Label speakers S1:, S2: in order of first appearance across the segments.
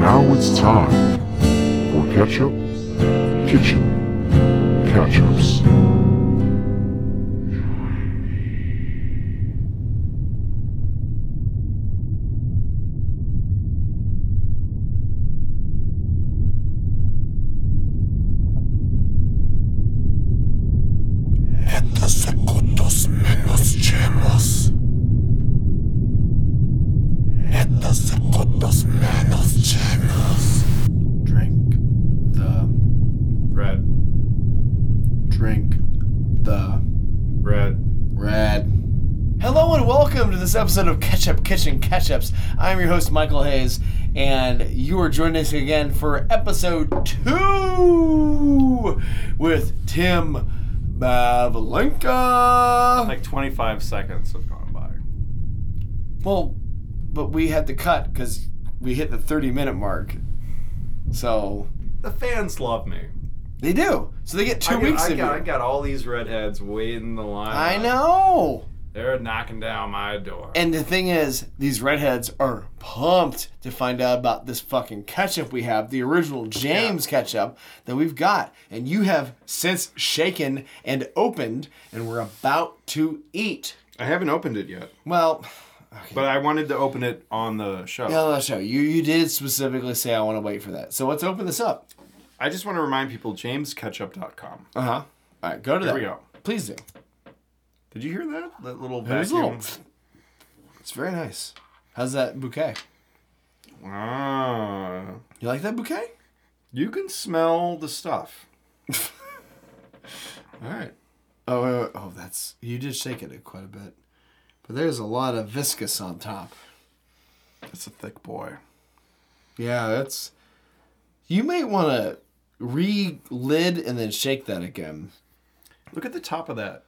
S1: Now it's time for Ketchup Kitchen Ketchups.
S2: Это Сакутус минус Чемус. Это Сакутус минус Чемус.
S3: Drink the bread. Drink the bread.
S4: Rad. Hello and welcome to this episode of Ketchup Kitchen Ketchups. I'm your host, Michael Hayes, and you are joining us again for episode two with Tim Bavalenka.
S3: Like 25 seconds have gone by.
S4: well, but we had to cut because we hit the 30 minute mark. So
S3: The fans love me.
S4: they do. So they get two
S3: I got,
S4: weeks
S3: I
S4: of
S3: got, I
S4: you.
S3: got all these redheads waiting the line.
S4: I know.
S3: They're knocking down my door.
S4: And the thing is, these redheads are pumped to find out about this fucking ketchup we have, the original James ketchup that we've got, and you have since shaken and opened, and we're about to eat.
S3: I haven't opened it yet,
S4: Well,
S3: but I wanted to open it on the show.
S4: yeah, let's show you. You did specifically say I want to wait for that, so let's open this up.
S3: I just want to remind people jamesketchup.com.
S4: Uh huh. All right, go to
S3: Here
S4: that.
S3: we go.
S4: Please do.
S3: Did you hear that? That little
S4: There's a
S3: vacuum.
S4: little- It's very nice. How's that bouquet?
S3: Ah.
S4: You like that bouquet?
S3: You can smell the stuff. All right.
S4: Oh, wait, wait, oh, that's you did shake it quite a bit, but there's a lot of viscous on top.
S3: That's a thick boy.
S4: Yeah, that's. You might want to re-lid and then shake that again.
S3: Look at the top of that.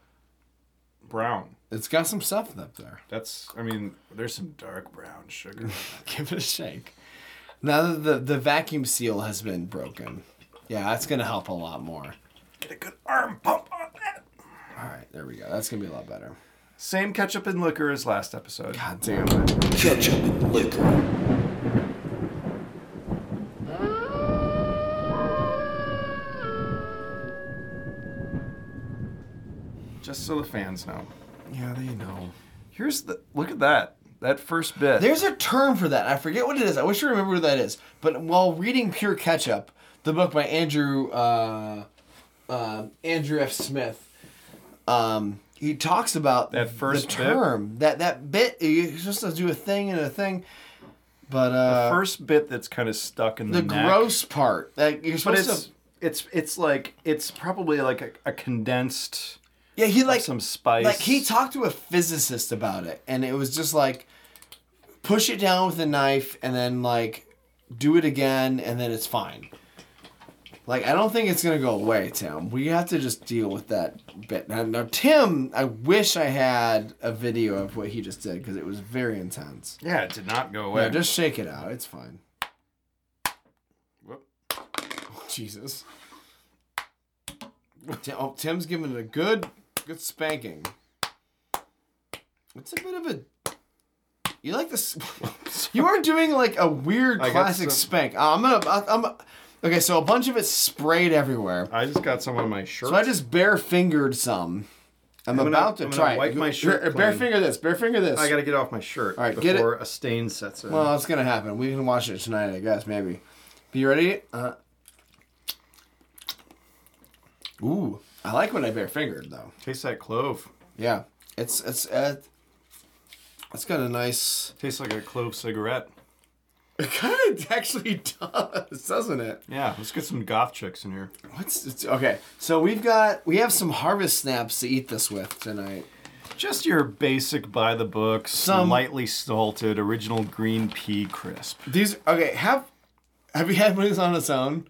S3: Brown.
S4: It's got some stuff up there.
S3: That's, I mean, there's some dark brown sugar.
S4: Give it a shake. Now that the the vacuum seal has been broken, yeah, that's gonna help a lot more.
S3: Get a good arm pump on that.
S4: All right, there we go. That's gonna be a lot better.
S3: Same ketchup and liquor as last episode.
S4: God damn it!
S2: Ketchup and liquor.
S3: Just so the fans know.
S4: Yeah, they know.
S3: Here's the, look at that. That first bit.
S4: There's a term for that. I forget what it is. I wish I remember what that is. But while reading Pure Ketchup, the book by Andrew uh, uh, Andrew F. Smith, um, he talks about
S3: That first
S4: the
S3: bit?
S4: term that that bit. You're supposed to do a thing and a thing, but uh, the,
S3: first bit that's kind of stuck in the, neck.
S4: gross part that you're
S3: But
S4: supposed
S3: it's,
S4: to.
S3: it's, it's like, it's probably like a, a condensed,
S4: Yeah, he like
S3: some spice.
S4: Like he talked to a physicist about it, and it was just like push it down with a knife, and then like do it again, and then it's fine. Like I don't think it's gonna go away, Tim. We have to just deal with that bit now. Now, Tim, I wish I had a video of what he just did because it was very intense.
S3: Yeah, it did not go away.
S4: Yeah, just shake it out. It's fine.
S3: Whoop.
S4: Jesus. Tim, oh, Tim's giving it a good, good spanking. It's a bit of a. You like this? you are doing like a weird
S3: I got
S4: classic
S3: some-
S4: spank. Uh, I'm gonna. I, I'm. Okay, so a bunch of it sprayed everywhere.
S3: I just got some on my shirt.
S4: So I just bare fingered some. I'm,
S3: gonna-
S4: about to
S3: I'm gonna
S4: try. it.
S3: wipe
S4: You-
S3: my shirt
S4: bare- Bare
S3: clean.
S4: finger this. Bare finger this.
S3: I gotta get off my shirt
S4: All right, get it.
S3: before a stain sets in.
S4: Well, it's gonna happen. We can watch it tonight, I guess. Maybe. Be ready? Uh. Ooh, I like when I bare fingered though.
S3: Taste that clove.
S4: Yeah, it's it's uh, it's got a nice.
S3: Tastes like a clove cigarette.
S4: It kind of actually does, doesn't it?
S3: Yeah, let's get some goth chicks in here.
S4: What's it's, okay? So we've got we have some harvest snaps to eat this with tonight.
S3: Just your basic by the books,
S4: Some-
S3: lightly salted original green pea crisp.
S4: These okay have have you had one of these on its own?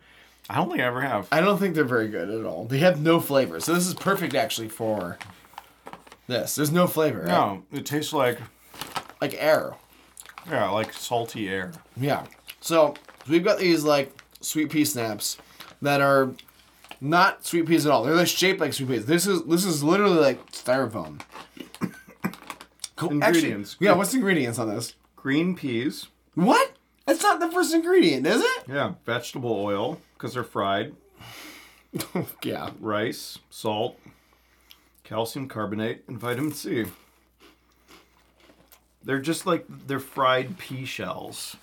S3: I don't think I ever have.
S4: I don't think they're very good at all. They have no flavor, so this is perfect actually for this. There's no flavor. right?
S3: No, it tastes like
S4: like air.
S3: yeah, like salty air.
S4: Yeah. So we've got these like sweet pea snaps that are not sweet peas at all. They're like shaped like sweet peas. This is this is literally like styrofoam. Co- actually-
S3: Ingredients.
S4: yeah. What's the ingredients on this?
S3: Green peas,
S4: What? That's not the first ingredient, is it?
S3: Yeah, vegetable oil because they're fried.
S4: yeah.
S3: Rice, salt, calcium carbonate, and vitamin C. They're just like they're fried pea shells.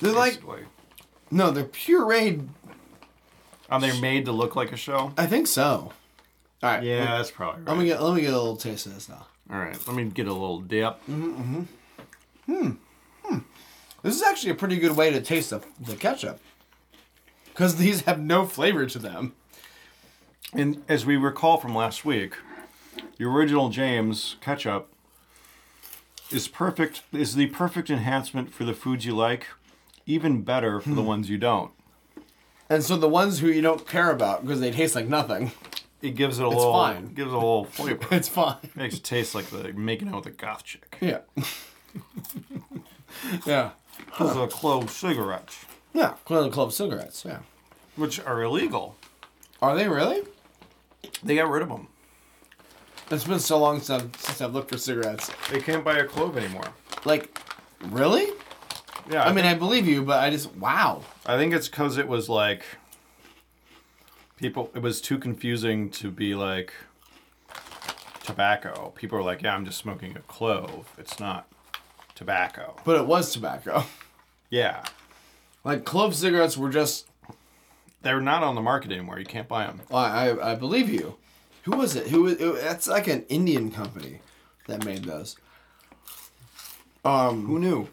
S4: They're like
S3: basically.
S4: no, they're pureed.
S3: and they're made to look like a shell.
S4: I think so. All right.
S3: Yeah, that's probably
S4: Let
S3: right.
S4: me get let me get a little taste of this now.
S3: All right, let me get a little dip.
S4: This is actually a pretty good way to taste the, the ketchup. Because these have no flavor to them.
S3: And as we recall from last week, the original James ketchup is perfect is the perfect enhancement for the foods you like, even better for the ones you don't.
S4: And so the ones who you don't care about because they taste like nothing,
S3: It gives it a little
S4: fine.
S3: gives it a little flavor.
S4: it's fine.
S3: Makes it taste like the making out with a goth chick.
S4: Yeah. yeah.
S3: Those are clove cigarettes,
S4: Yeah. Clearly club cigarettes. Yeah.
S3: which are illegal.
S4: Are they really?
S3: They got rid of them.
S4: It's been so long since I've, since I've looked for cigarettes.
S3: They can't buy a clove anymore.
S4: Like, really?
S3: Yeah,
S4: I mean, I believe you, but I just wow.
S3: I think it's because it was like people. It was too confusing to be like tobacco. People were like, "Yeah, I'm just smoking a clove. It's not tobacco."
S4: But it was tobacco.
S3: Yeah,
S4: Like clove cigarettes were just.
S3: they're not on the market anymore. You can't buy them.
S4: I I, I believe you. Who was it? Who was? It, that's like an Indian company that made those. Um,
S3: Who knew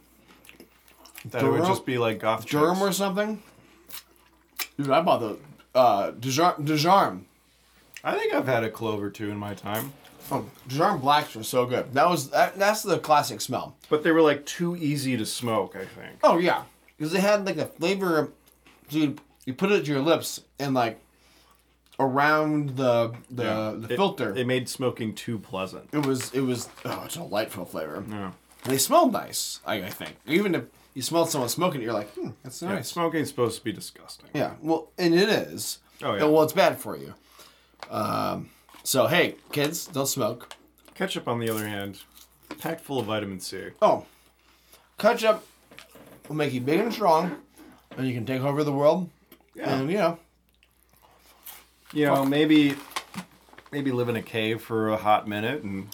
S3: that it would
S4: Durham-
S3: just be like goth
S4: Durham or
S3: chicks.
S4: something. Dude, I bought those. Uh, Dijar- Dijarm.
S3: I think I've had a clove or two in my time,
S4: Oh, Dijon blacks were so good. That was that, that's the classic smell.
S3: but they were like too easy to smoke. I think.
S4: Oh yeah, because they had like the flavor. of- Dude, you put it to your lips and like around the the,
S3: Yeah.
S4: the
S3: It-
S4: filter.
S3: It
S4: It,
S3: made smoking too pleasant.
S4: was it was oh, it's a delightful flavor.
S3: Yeah.
S4: They smelled nice. I, I think even if you smelled someone smoking, it, you're like, hmm, that's
S3: Yeah,
S4: nice.
S3: smoking's supposed to be disgusting.
S4: Yeah, well, and it is.
S3: Oh, yeah.
S4: And, well, it's bad for you. Um, so hey, kids, don't smoke.
S3: Ketchup, on the other hand, packed full of vitamin C.
S4: Oh, ketchup will make you big and strong, and you can take over the world. And you know,
S3: You know, maybe maybe live in a cave for a hot minute and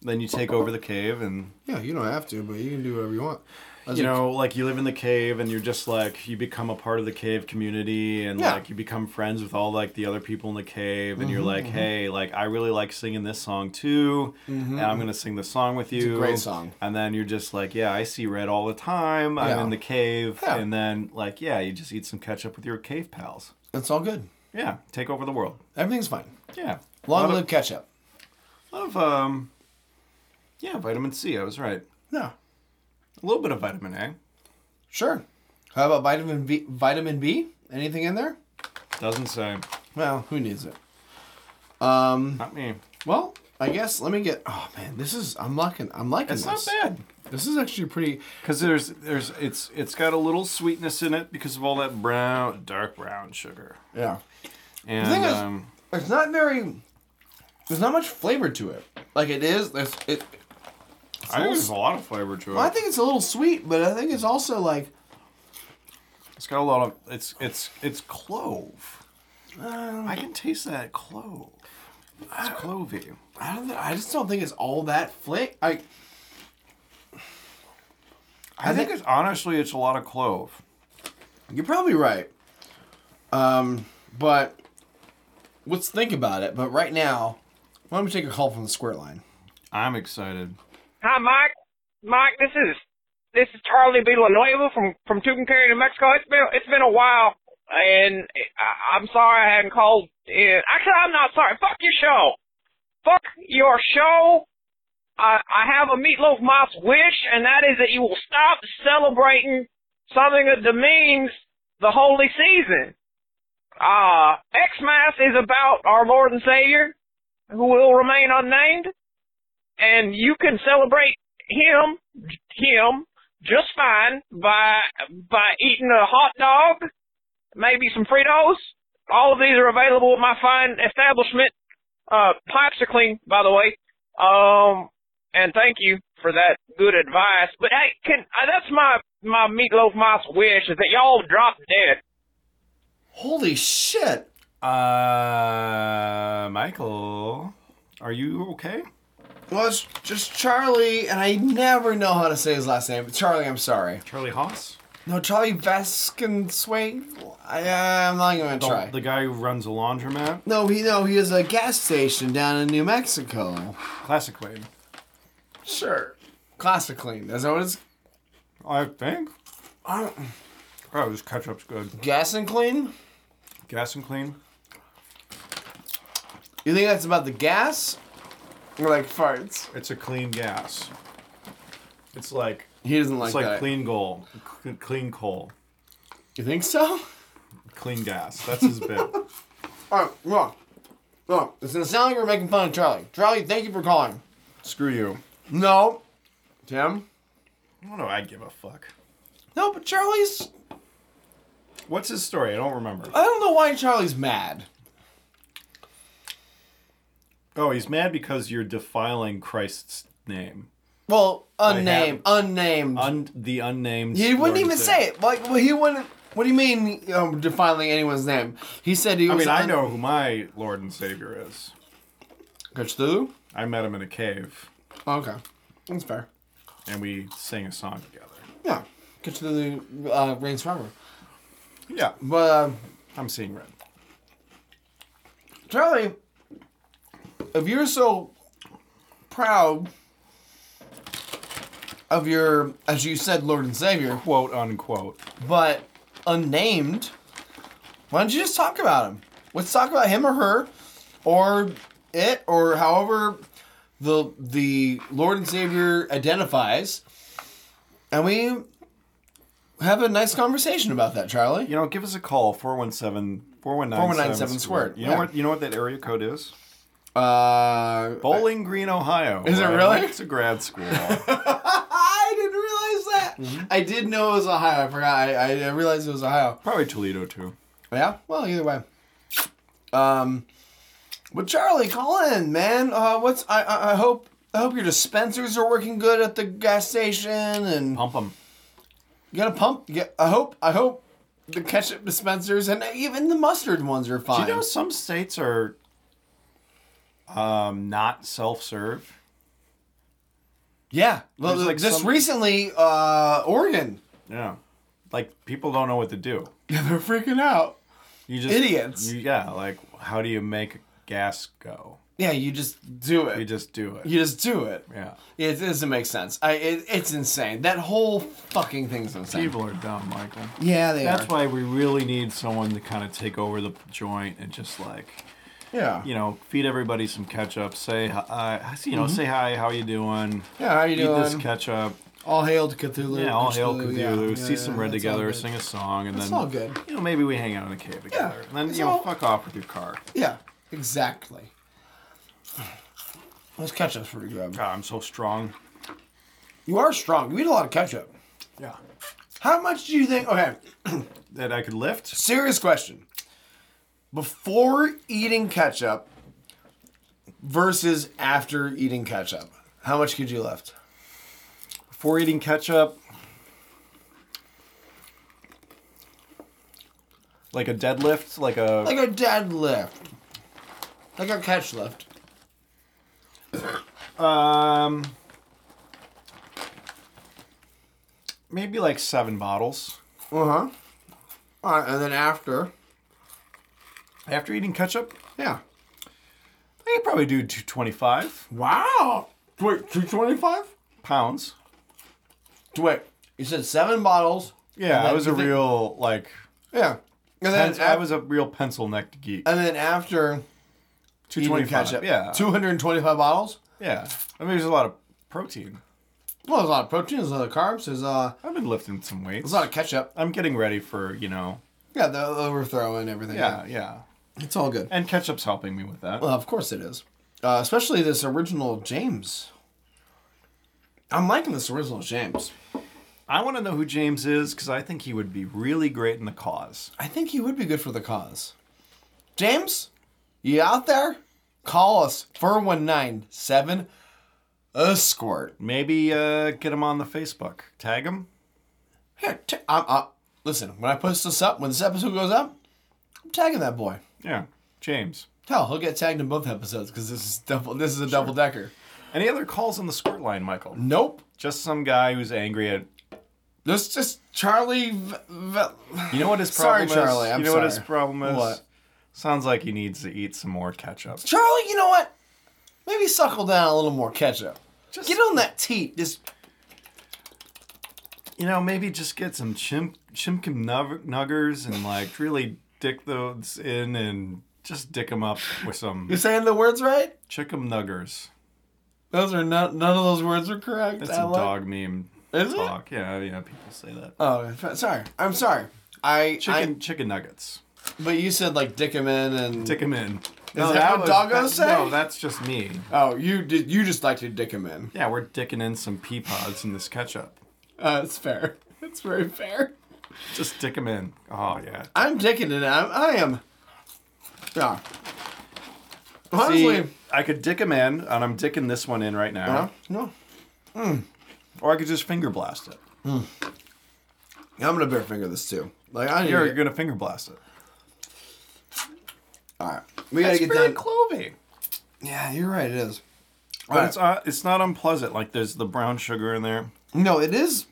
S3: then you take over the cave and
S4: yeah, you don't have to, but you can do whatever you want. As
S3: you
S4: a-
S3: know, like you live in the cave and you're just like you become a part of the cave community and
S4: Yeah.
S3: like you become friends with all like the other people in the cave and you're like, "Hey, like I really like singing this song too, and I'm going to sing this song with you."
S4: great song.
S3: And then you're just like, "Yeah, I see red all the time. I'm
S4: Yeah.
S3: in the cave."
S4: Yeah.
S3: And then like, yeah, you just eat some ketchup with your cave pals.
S4: it's all good.
S3: Yeah, take over the world.
S4: Everything's fine.
S3: Yeah.
S4: Long
S3: Lot of-
S4: live ketchup.
S3: lot of um yeah, vitamin C, I was right.
S4: Yeah,
S3: A little bit of vitamin A.
S4: sure. How about vitamin B? Vitamin B? Anything in there?
S3: Doesn't say.
S4: Well, who needs it? Um.
S3: Not me.
S4: Well, I guess let me get. Oh man, this is. I'm liking. I'm liking
S3: It's not
S4: this.
S3: bad.
S4: This is actually pretty.
S3: Cause there's there's it's it's got a little sweetness in it because of all that brown dark brown sugar.
S4: Yeah.
S3: And
S4: thing is-
S3: um,
S4: it's not very there's not much flavor to it like it is there's it
S3: I think there's a lot of flavor to it.
S4: i think it's a little sweet but i think it's also like
S3: it's got a lot of it's it's it's clove.
S4: Um,
S3: I can taste that clove. It's clovey.
S4: i don't know, i just don't think it's all that flavor i
S3: I think it's honestly it's a lot of clove.
S4: you're probably right um but let's think about it but right now why don't we take a call from the squirt line
S3: I'm excited.
S5: Hi, Mike. Mike, this is this is Charlie Villanueva from from Tucumcari, New Mexico. It's been it's been a while, and I, I'm sorry I hadn't called in. Actually, I'm not sorry. Fuck your show. Fuck your show. I I have a meatloaf mouse wish, and that is that you will stop celebrating something that demeans the holy season. Uh, Xmas is about our Lord and Savior, who will remain unnamed and you can celebrate him him just fine by by eating a hot dog, maybe some Fritos. All of these are available at my fine establishment. Uh, pipes are clean, by the way. Um, and thank you for that good advice. But hey, can uh, that's my my meatloaf mouse wish is that y'all drop dead.
S4: Holy shit.
S3: Uh, Michael, are you okay?
S4: Well, it's just Charlie, and I never know how to say his last name. Charlie, I'm sorry.
S3: Charlie Haas?
S4: No, Charlie Vasconcelos. I, uh, I'm not even gonna try.
S3: The guy who runs a laundromat?
S4: no, he no, he is a gas station down in New Mexico.
S3: Classic Lane.
S4: Sure. Classic clean. Is that what it's?
S3: I think.
S4: I don't,
S3: Oh, this ketchup's good.
S4: gas and clean.
S3: Gas and clean?
S4: You think that's about the gas, or like farts?
S3: It's a clean gas. It's like
S4: He doesn't like
S3: it's like
S4: that.
S3: clean gold, c- clean coal,
S4: You think so?
S3: clean gas. That's his bit.
S4: All right, well, well, it's gonna sound like we're making fun of Charlie. Charlie, thank you for calling.
S3: Screw you.
S4: No, Tim.
S3: What do I give a fuck?
S4: No, but Charlie's.
S3: What's his story? I don't remember.
S4: I don't know why Charlie's mad.
S3: Oh, he's mad because you're defiling Christ's name.
S4: Well,
S3: have-
S4: unnamed, unnamed.
S3: Un- the unnamed.
S4: he wouldn't even
S3: Lord's
S4: say
S3: Day.
S4: it. Like, well, he wouldn't. What do you mean um, defiling anyone's name? He said he
S3: I
S4: was.
S3: mean, I
S4: un-
S3: know who my Lord and Savior is.
S4: Cthulhu.
S3: I met him in a cave,
S4: Okay, that's fair.
S3: and we sang a song together.
S4: Yeah, Cthulhu uh, reigns forever.
S3: Yeah,
S4: But uh,
S3: I'm seeing red.
S4: Charlie, if you're so proud of your, as you said, Lord and Savior,
S3: Quote unquote.
S4: but unnamed, why don't you just talk about him? Let's talk about him or her, or it, or however the the Lord and Savior identifies, and we have a nice conversation about that, Charlie.
S3: You know, give us a call 417
S4: 4197 squared,
S3: You know
S4: yeah.
S3: what you know what that area code is?
S4: Uh,
S3: Bowling Green, Ohio.
S4: Is it
S3: where I
S4: really?
S3: went to grad school.
S4: I didn't realize
S3: Mm-hmm.
S4: that. I did know it was Ohio. I forgot. I, I realized it was Ohio.
S3: Probably Toledo too.
S4: Yeah. Well, either way. Um, but Charlie, call in, man. Uh, what's I, I I hope I hope your dispensers are working good at the gas station, and
S3: Pump them.
S4: you got a pump. You got- I hope I hope the ketchup dispensers and even the mustard ones are
S3: Do
S4: fine.
S3: you know some states are um, not self-serve?
S4: yeah. Well,
S3: There's, like,
S4: just
S3: some-
S4: recently, uh, Oregon.
S3: Yeah. Like people don't know what to do.
S4: Yeah, they're freaking out.
S3: You just
S4: Idiots.
S3: you- yeah, like how do you make gas go?
S4: Yeah, you just do it.
S3: You just do it.
S4: you just do it.
S3: yeah.
S4: It doesn't make sense. I it, it's insane. That whole fucking thing's insane.
S3: People are dumb, Michael.
S4: Yeah, they
S3: That's
S4: are.
S3: why we really need someone to kind of take over the joint and just like
S4: yeah.
S3: you know, feed everybody some ketchup. Say hi, you know, say hi. How you doing?
S4: Mm-hmm. Yeah, how you
S3: Eat this
S4: doing?
S3: ketchup.
S4: all hail to Cthulhu.
S3: Yeah, all hail
S4: Cthulhu,
S3: Cthulhu.
S4: yeah, yeah,
S3: see some
S4: yeah,
S3: red
S4: that's all
S3: together.
S4: good.
S3: Sing a song, and
S4: That's
S3: then
S4: all good.
S3: You know, maybe we hang out in the cave together. and then
S4: it's
S3: you know,
S4: all-
S3: fuck off with your car.
S4: Yeah, exactly. This ketchup's pretty good.
S3: God, I'm so strong.
S4: You are strong. You eat a lot of ketchup.
S3: Yeah,
S4: How much do you think? Okay,
S3: that I could lift.
S4: serious question. Before eating ketchup versus after eating ketchup, how much could you lift?
S3: Before eating ketchup, like a deadlift, like a
S4: Like a deadlift. Like a catch lift.
S3: um, maybe like seven bottles.
S4: Uh huh. All right, and then after,
S3: After eating ketchup,
S4: yeah.
S3: I could probably do 225
S4: Wow. Wait, two twenty-five.
S3: pounds.
S4: Wait, you said seven bottles.
S3: Yeah,
S4: And
S3: I
S4: then
S3: was a
S4: you think-
S3: real like
S4: Yeah. And then
S3: pens- I
S4: af-
S3: was a real pencil necked geek.
S4: And then after,
S3: Two
S4: eating
S3: twenty
S4: ketchup.
S3: Yeah,
S4: Two hundred and twenty-five bottles.
S3: yeah. I mean, there's a lot of protein.
S4: Well, there's a lot of protein. There's a lot of carbs. There's uh,
S3: I've been lifting some weights.
S4: there's a lot of ketchup.
S3: I'm getting ready for you know.
S4: Yeah, the overthrow and everything.
S3: Yeah, yeah.
S4: it's all good.
S3: And ketchup's helping me with that.
S4: Well, of course it is. Uh, especially this original James. I'm liking this original James.
S3: I want to know who James is because I think he would be really great in the cause.
S4: I think he would be good for the cause. James, you out there? Call us 4197 escort.
S3: Maybe uh, get him on the Facebook. Tag him.
S4: Here, t- I'm, I, listen. When I post this up, when this episode goes up, I'm tagging that boy.
S3: Yeah, James.
S4: Hell, he'll get tagged in both episodes because this is double. This is a double decker.
S3: Any other calls on the squirt line, Michael?
S4: Nope.
S3: Just some guy who's angry at.
S4: This just Charlie. V- v-
S3: You know what his
S4: Sorry,
S3: problem is?
S4: Charlie, I'm
S3: you know what his
S4: sorry.
S3: problem is?
S4: What?
S3: Sounds like he needs to eat some more ketchup.
S4: Charlie, you know what? Maybe suckle down a little more ketchup.
S3: Just,
S4: Get on that teat. Just
S3: You know, maybe just get some chimp chimkin nug- nuggers and like really dick those in and just dick them up with some
S4: you're saying the words right.
S3: chickum nuggers.
S4: Those are not. None of those words are correct.
S3: That's
S4: I
S3: some
S4: like-
S3: dog meme
S4: Is it?
S3: talk. Yeah, yeah, people say that.
S4: Oh, f- sorry. I'm sorry. I,
S3: Chicken chicken nuggets.
S4: I but you said like Dickerman and
S3: Dick them in.
S4: that what doggos say?
S3: No, that's just me.
S4: oh, you did. You just like to Dickerman.
S3: Yeah, we're dicking in some pea pods in this ketchup.
S4: Uh, it's fair. It's very fair.
S3: Just dick them in. Oh yeah.
S4: I'm dicking it. I'm. I am. Yeah. Honestly.
S3: See, I could dick them in, and I'm dicking this one in right now,
S4: no. No.
S3: or I could just finger blast it.
S4: I'm gonna bare finger this too. Like I need.
S3: You're
S4: to-
S3: gonna finger blast it.
S4: All right. We gotta
S3: It's
S4: get
S3: very
S4: done.
S3: clovey.
S4: yeah, you're right. It is.
S3: But
S4: Alright.
S3: it's uh, it's not unpleasant. Like there's the brown sugar in there,
S4: No, it is.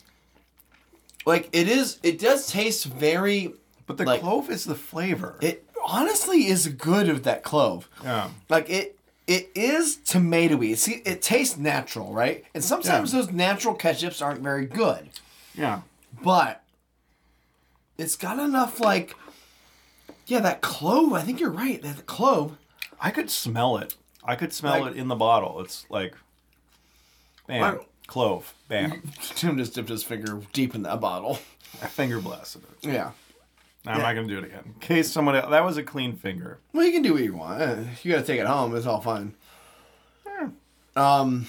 S4: Like it is. It does taste very.
S3: but the
S4: Like-
S3: clove is the flavor.
S4: It honestly is good of that clove.
S3: yeah.
S4: Like it. It is tomatoey. See, it tastes natural, right? And sometimes
S3: Yeah.
S4: those natural ketchups aren't very good.
S3: Yeah.
S4: but it's got enough like yeah that clove i think you're right that clove
S3: I could smell it. I could smell
S4: Like-
S3: it in the bottle. It's like, bam,
S4: I-
S3: clove, bam.
S4: tim just dipped his finger deep in that bottle
S3: I finger blasted it.
S4: yeah
S3: No, I'm not gonna do it again. In case someone else, that was a clean finger.
S4: well you can do what you want Eh, you gotta take it home it's all fine um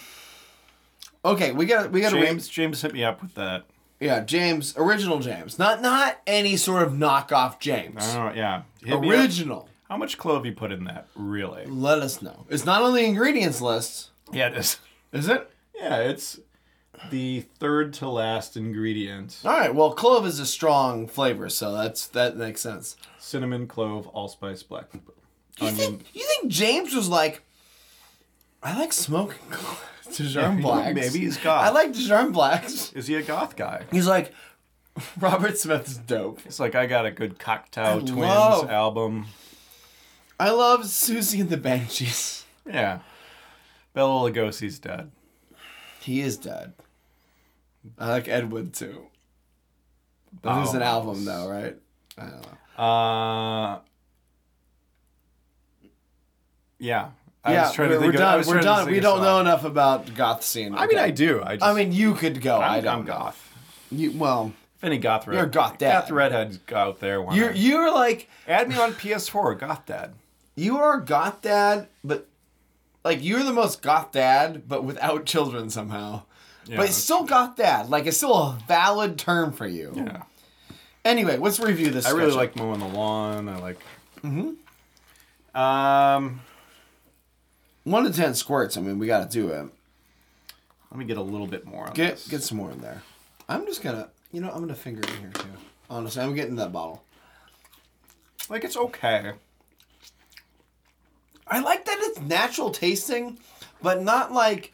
S4: okay we got we got
S3: James James hit me up with that.
S4: yeah james original james not not any sort of knockoff james
S3: I don't know. Yeah. Hit me up.
S4: original
S3: How much clove you put in that? Really?
S4: let us know it's not on the ingredients list
S3: Yeah, it is.
S4: is it
S3: Yeah, it's the third to last ingredient.
S4: all right well clove is a strong flavor so that's that makes sense
S3: Cinnamon, clove, allspice, black pepper.
S4: You think, you think James was like, I like smoking Dijon
S3: Maybe-
S4: Blacks.
S3: Maybe he's goth.
S4: I like Dijon Blacks.
S3: Is he a goth guy?
S4: He's like, Robert Smith's dope.
S3: It's like I got a good cocktail twins
S4: love-
S3: album.
S4: I love Susie and the Banshees.
S3: Yeah. Bella Lugosi's dead.
S4: He is dead. I like Ed Wood too. But there's an
S3: Oh.
S4: album though, right? I don't know.
S3: Uh. Yeah. I
S4: yeah,
S3: was trying to
S4: we're,
S3: think
S4: we're
S3: of- I
S4: done.
S3: was
S4: we're
S3: trying to
S4: done.
S3: think
S4: We
S3: of
S4: don't know
S3: something.
S4: enough about goth scene.
S3: I mean, I
S4: Okay.
S3: do. I, just,
S4: I mean, you could go.
S3: I'm,
S4: I do not
S3: I'm goth.
S4: You, well,
S3: If any goth red,
S4: You're a goth dad.
S3: goth redhead out there. Why
S4: you're
S3: not?
S4: you're like
S3: Add me on PS4, goth dad.
S4: you are goth dad, but like you're the most goth dad, but without children somehow. but it's
S3: that's
S4: still goth dad. Like it's still a valid term for you.
S3: Yeah.
S4: Anyway, let's review this.
S3: I really
S4: sketchup.
S3: like mowing the lawn. I like. Mm-hmm. Um,
S4: one to ten squirts. I mean, we got to do it.
S3: let me get a little bit more on
S4: Get
S3: this.
S4: get some more in there. I'm just gonna, you know, I'm gonna finger in here too. Honestly, I'm getting that bottle.
S3: like it's okay.
S4: I like that it's natural tasting, but not like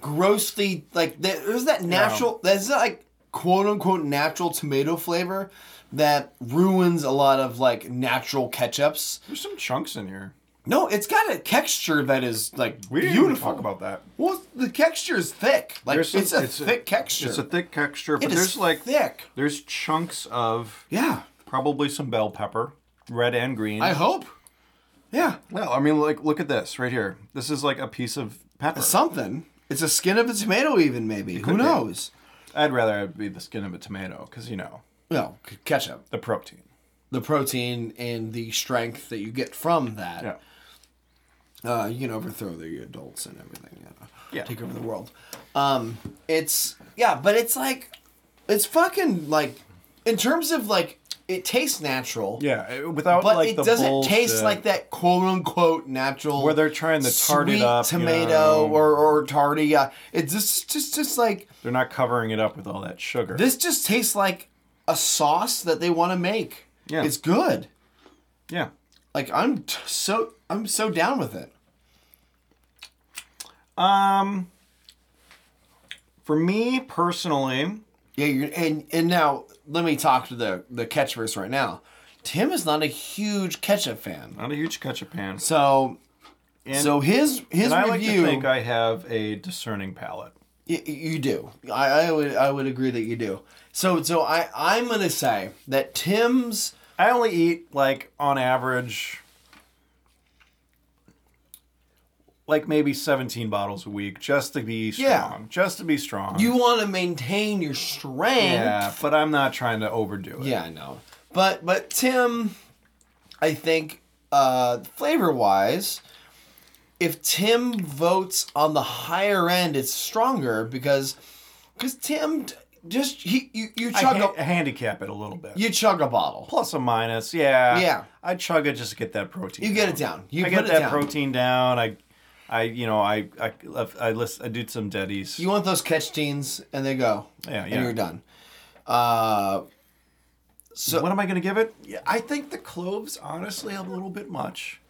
S4: grossly like there- there's that natural there's that like quote unquote natural tomato flavor that ruins a lot of like natural ketchups.
S3: There's some chunks in here.
S4: No, it's got a texture that is like
S3: We didn't even
S4: beautiful.
S3: talk about that.
S4: Well, the texture is thick. Like
S3: There's some-
S4: it's a thick texture.
S3: It's a thick texture, but
S4: It is
S3: there's like
S4: thick.
S3: there's chunks of
S4: Yeah,
S3: probably some bell pepper, red and green.
S4: I hope. Yeah,
S3: well, I mean, like look at this right here. This is like a piece of pepper.
S4: something. It's a skin of a tomato, even maybe. Who
S3: could be.
S4: knows?
S3: I'd rather it be the skin of a tomato because you know
S4: No, c- ketchup.
S3: the protein.
S4: the protein and the strength that you get from that.
S3: Yeah.
S4: Uh, you can overthrow the adults and everything. You know,
S3: Yeah.
S4: Take over the world. Um, it's yeah, but it's like, it's fucking like, in terms of like it tastes natural.
S3: Yeah, eh, without
S4: But
S3: like
S4: it
S3: the
S4: doesn't
S3: bullshit
S4: taste like that quote unquote natural
S3: where they're trying to tart
S4: sweet
S3: it up. you
S4: tomato
S3: know.
S4: or, or tardy. Yeah. It just just just like
S3: they're not covering it up with all that sugar.
S4: this just tastes like a sauce that they want to make.
S3: Yeah.
S4: It's good.
S3: yeah,
S4: Like I'm t- so I'm so down with it.
S3: Um, for me personally,
S4: Yeah, you're, and and now let me talk to the the catchverse right now. Tim is not a huge ketchup fan,
S3: not a huge ketchup fan.
S4: so
S3: And,
S4: so his his
S3: and I like
S4: review
S3: to think I have a discerning palate.
S4: Y- you do. I, I would I would agree that you do. So so I I'm gonna say that Tim's
S3: I only eat like on average, like maybe seventeen bottles a week, just to be strong.
S4: Yeah.
S3: Just to be strong.
S4: you want to maintain your strength.
S3: yeah, but I'm not trying to overdo it.
S4: I know. But but Tim, I think uh, flavor wise, if Tim votes on the higher end, it's stronger because because Tim t- just he you you
S3: I
S4: chug
S3: ha-
S4: a
S3: handicap it a little bit.
S4: you chug a bottle.
S3: Plus or minus, yeah.
S4: Yeah.
S3: I chug it just to get that protein.
S4: You get it down. You put
S3: I get
S4: it
S3: that
S4: down.
S3: protein down. I, I, you know, I, I, I, list, I did some deadies.
S4: You want those catch teens, and they go.
S3: Yeah,
S4: And
S3: yeah.
S4: you're done. Uh,
S3: what am I going to give it? Yeah, I think the cloves, honestly, a little bit much.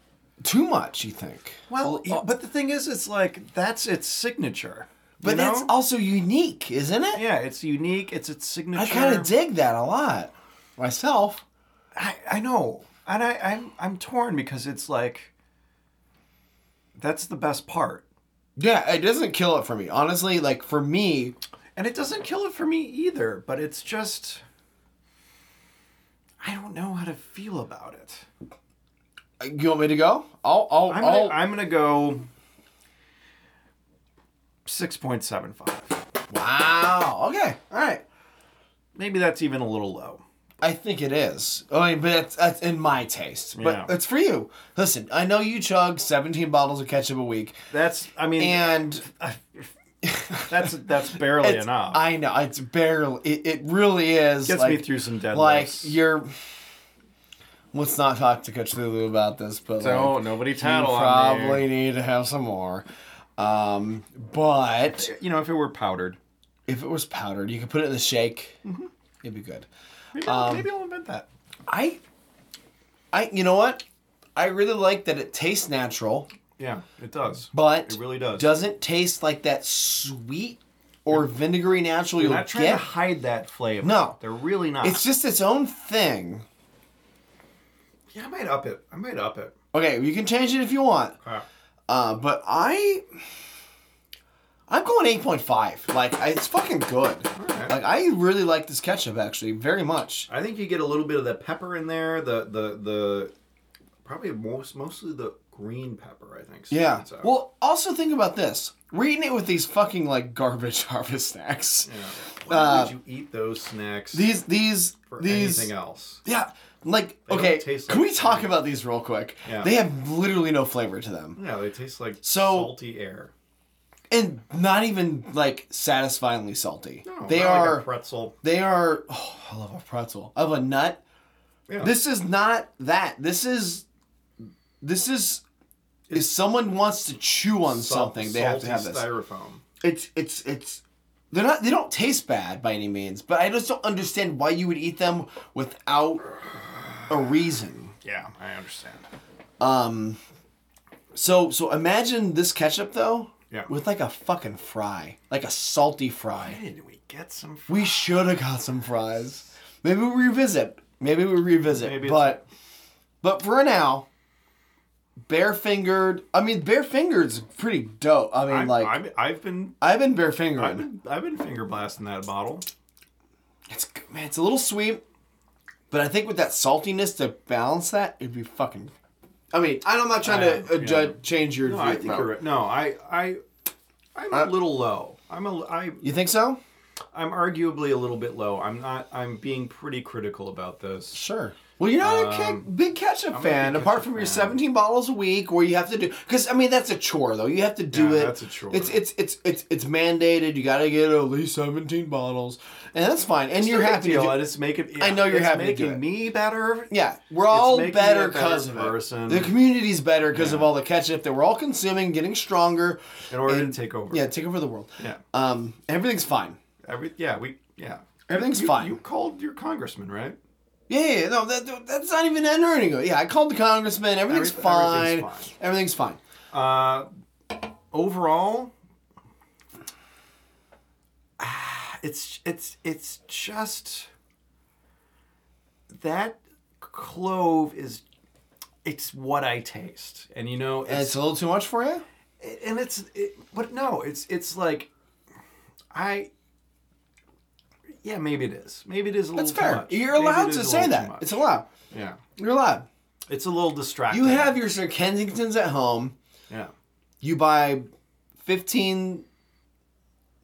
S4: too much, you think? uh,
S3: Well, yeah, but the thing is, it's like that's its signature. you
S4: But that's
S3: know?
S4: also unique, isn't it?
S3: yeah, it's unique. It's its signature.
S4: I kind of dig that a lot myself.
S3: I, I know, and I, I'm, I'm torn because it's like. That's the best part,
S4: Yeah, it doesn't kill it for me. Honestly, like for me,
S3: and it doesn't kill it for me either. But it's just. I don't know how to feel about it.
S4: you want me to go? I'll, I'll,
S3: I'm
S4: I'll
S3: gonna, I'm gonna go six point seven five.
S4: wow. Okay. All right.
S3: Maybe that's even a little low.
S4: I think it is. I mean, but that's, that's in my taste.
S3: Yeah.
S4: But it's for you. Listen, I know you chug 17 bottles of ketchup a week,
S3: That's I mean
S4: and
S3: that's that's barely
S4: It's-
S3: enough.
S4: I know it's barely. It, it really is.
S3: Gets
S4: like,
S3: me through some deadlifts.
S4: Like you're. Let's not talk to Cthulhu about this, but
S3: so
S4: like,
S3: nobody
S4: you
S3: tattle on me.
S4: probably need to have some more. Um, but
S3: You know, if it were powdered,
S4: if it was powdered, you could put it in the shake.
S3: Mm-hmm.
S4: It'd be good.
S3: maybe, I'll- maybe I'll invent that.
S4: I, I, you know what? I really like that it tastes natural,
S3: Yeah, it does.
S4: but
S3: It really does.
S4: Doesn't taste like that sweet or vinegary natural
S3: They're
S4: you'll
S3: not trying
S4: get.
S3: to hide that flavor.
S4: No.
S3: they're really not.
S4: It's just its own thing.
S3: yeah, I might up it. I might up it.
S4: Okay, you can change it if you want.
S3: Wow.
S4: Uh, but I, I'm going eight point five. Like I, it's fucking good.
S3: right.
S4: Like I really like this ketchup actually very much.
S3: I think you get a little bit of the pepper in there. The the the probably most mostly the green pepper. I think.
S4: Yeah.
S3: stands out.
S4: Well, also think about this. We're eating it with these fucking like garbage harvest snacks.
S3: Yeah. Why
S4: Uh,
S3: would you eat those snacks
S4: These these
S3: for
S4: these.
S3: anything else?
S4: Yeah. Like
S3: They don't
S4: okay,
S3: taste
S4: can
S3: like
S4: we talk
S3: anything.
S4: about these real quick?
S3: Yeah.
S4: They have literally no flavor to them.
S3: Yeah, they taste like
S4: So-
S3: salty air.
S4: and not even like satisfyingly salty.
S3: No,
S4: they
S3: not like a
S4: are
S3: pretzel.
S4: they are. Oh, I love a pretzel of a nut.
S3: Yeah.
S4: This is not that. This is this is if someone wants to chew on
S3: Sal-
S4: something, they have to have
S3: salty
S4: this.
S3: styrofoam.
S4: It's it's it's. They're not. They don't taste bad by any means, but I just don't understand why you would eat them without a reason.
S3: Yeah, I understand.
S4: Um. So so imagine this ketchup though.
S3: Yeah.
S4: With like a fucking fry, like a salty fry.
S3: Why did we get some? Fr-
S4: We should have got some fries. Maybe we revisit. Maybe we revisit.
S3: Maybe it's-
S4: but but for now, barefingered. I mean, barefingered's pretty dope. I mean,
S3: I'm,
S4: like i
S3: I'm, I've been.
S4: have been barefingering.
S3: I've been, I've been finger blasting that bottle.
S4: It's man, it's a little sweet, but I think with that saltiness to balance that, it'd be fucking. I mean, I don't- I'm not trying
S3: I-
S4: to uh,
S3: yeah.
S4: ju- change your.
S3: No,
S4: view,
S3: I think
S4: no.
S3: you're right. No, I, I, I'm a
S4: Uh,
S3: little low. I'm a, I,
S4: You think so?
S3: I'm arguably a little bit low. I'm not. I'm being pretty critical about this.
S4: Sure. Well, you're not a ca- big ketchup fan,
S3: Um, big
S4: apart
S3: ketchup
S4: from your
S3: fan.
S4: 17 bottles a week, where you have to do. Because I mean, that's a chore, though. You have to do
S3: Yeah,
S4: it.
S3: that's a chore.
S4: It's it's it's it's it's mandated. You got to get at least 17 bottles, and that's fine. And you're
S3: It's a big
S4: happy. To
S3: deal.
S4: do-
S3: I just make it.
S4: I know you're
S3: it's
S4: happy to
S3: Making
S4: do it.
S3: me better.
S4: yeah, we're all
S3: making you
S4: better
S3: a better
S4: because of
S3: person.
S4: it. The community's better because of all the ketchup that we're all consuming, getting stronger.
S3: In order
S4: And-
S3: to take over.
S4: Yeah, take over the world.
S3: Yeah.
S4: Um, everything's fine.
S3: Every. Yeah. We. Yeah.
S4: Everything's
S3: You-
S4: fine.
S3: You called your congressman, right?
S4: Yeah, yeah, yeah, no, that, that's not even entering it. Yeah, I called the congressman. Everything's,
S3: Everyth-
S4: fine.
S3: everything's
S4: everything's
S3: fine.
S4: fine. Everything's fine.
S3: Uh, overall, ah, it's it's it's just that clove is it's what I taste, and you know
S4: And it's a little too much for you.
S3: and it's it, but no it's it's like i yeah maybe it is maybe it is a
S4: That's
S3: little too
S4: fair.
S3: much.
S4: You're
S3: Maybe it
S4: allowed
S3: is
S4: to
S3: a
S4: say
S3: little too
S4: that.
S3: much.
S4: It's allowed.
S3: yeah
S4: You're allowed.
S3: it's a little distracting
S4: You have your Sir Kensingtons at home.
S3: yeah
S4: You buy 15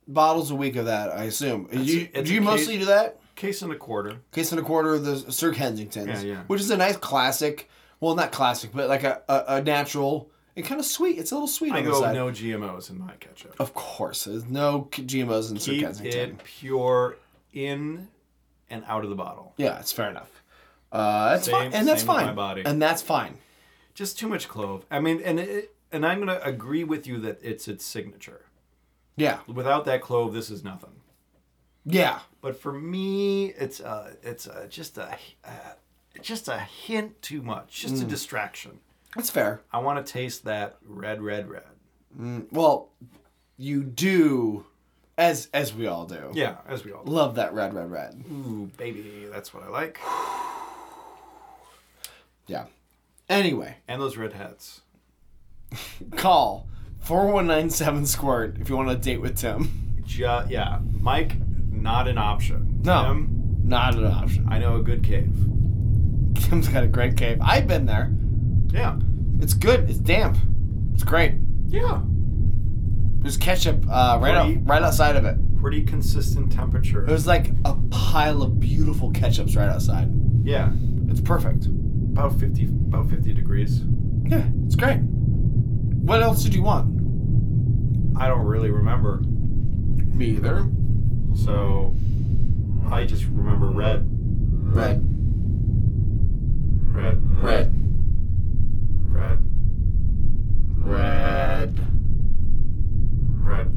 S4: bottles a week of that, I assume. you,
S3: it's
S4: do you
S3: a case-
S4: mostly do that?
S3: case and a quarter
S4: Case and a quarter of the Sir Kensingtons,
S3: Yeah, yeah.
S4: which is a nice classic. Well, not classic, but like a, a, a natural and kind of sweet. It's a little sweet
S3: i
S4: on the
S3: go
S4: side.
S3: no gmos in my ketchup
S4: Of course, there's no c- GMOs in Sir
S3: keep
S4: Kensington.
S3: it pure in and out of the bottle
S4: Yeah, it's fair enough. Uh, that's
S3: Same-
S4: fine, and that's
S3: same with
S4: fine,
S3: my body.
S4: and that's fine.
S3: just too much clove i mean and it, and i'm gonna agree with you that it's its signature
S4: Yeah,
S3: without that clove this is nothing
S4: yeah.
S3: but for me it's uh it's uh, just a uh, just a hint too much just a distraction
S4: That's fair.
S3: i want to taste that red red red
S4: Well, you do, as as we all do.
S3: yeah as we all do.
S4: Love that red, red, red.
S3: ooh baby that's what i like
S4: Yeah. Anyway,
S3: and those red hats
S4: call four one nine seven squirt if you want a date with Tim.
S3: Ju- yeah mike not an option
S4: No.
S3: Tim,
S4: Not an option.
S3: i know a good cave
S4: Tim's got a great cave. I've been there.
S3: yeah
S4: It's good. It's damp. It's great.
S3: yeah
S4: There's ketchup uh, right out,
S3: Pretty-
S4: right outside of it.
S3: pretty consistent temperature
S4: There's like a pile of beautiful ketchups right outside.
S3: yeah
S4: It's perfect.
S3: about 50 about 50 degrees
S4: Yeah, it's great. What else did you want?
S3: i don't really remember
S4: Me either.
S3: so i just remember red
S4: Red.
S3: red
S4: Red.
S3: red
S4: Red.
S3: red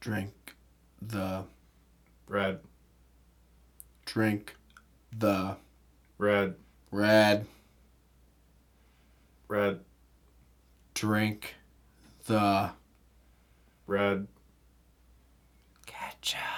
S4: drink the
S3: Red.
S4: drink the
S3: Red.
S4: red
S3: Red.
S4: drink the
S3: Red.
S4: ketchup.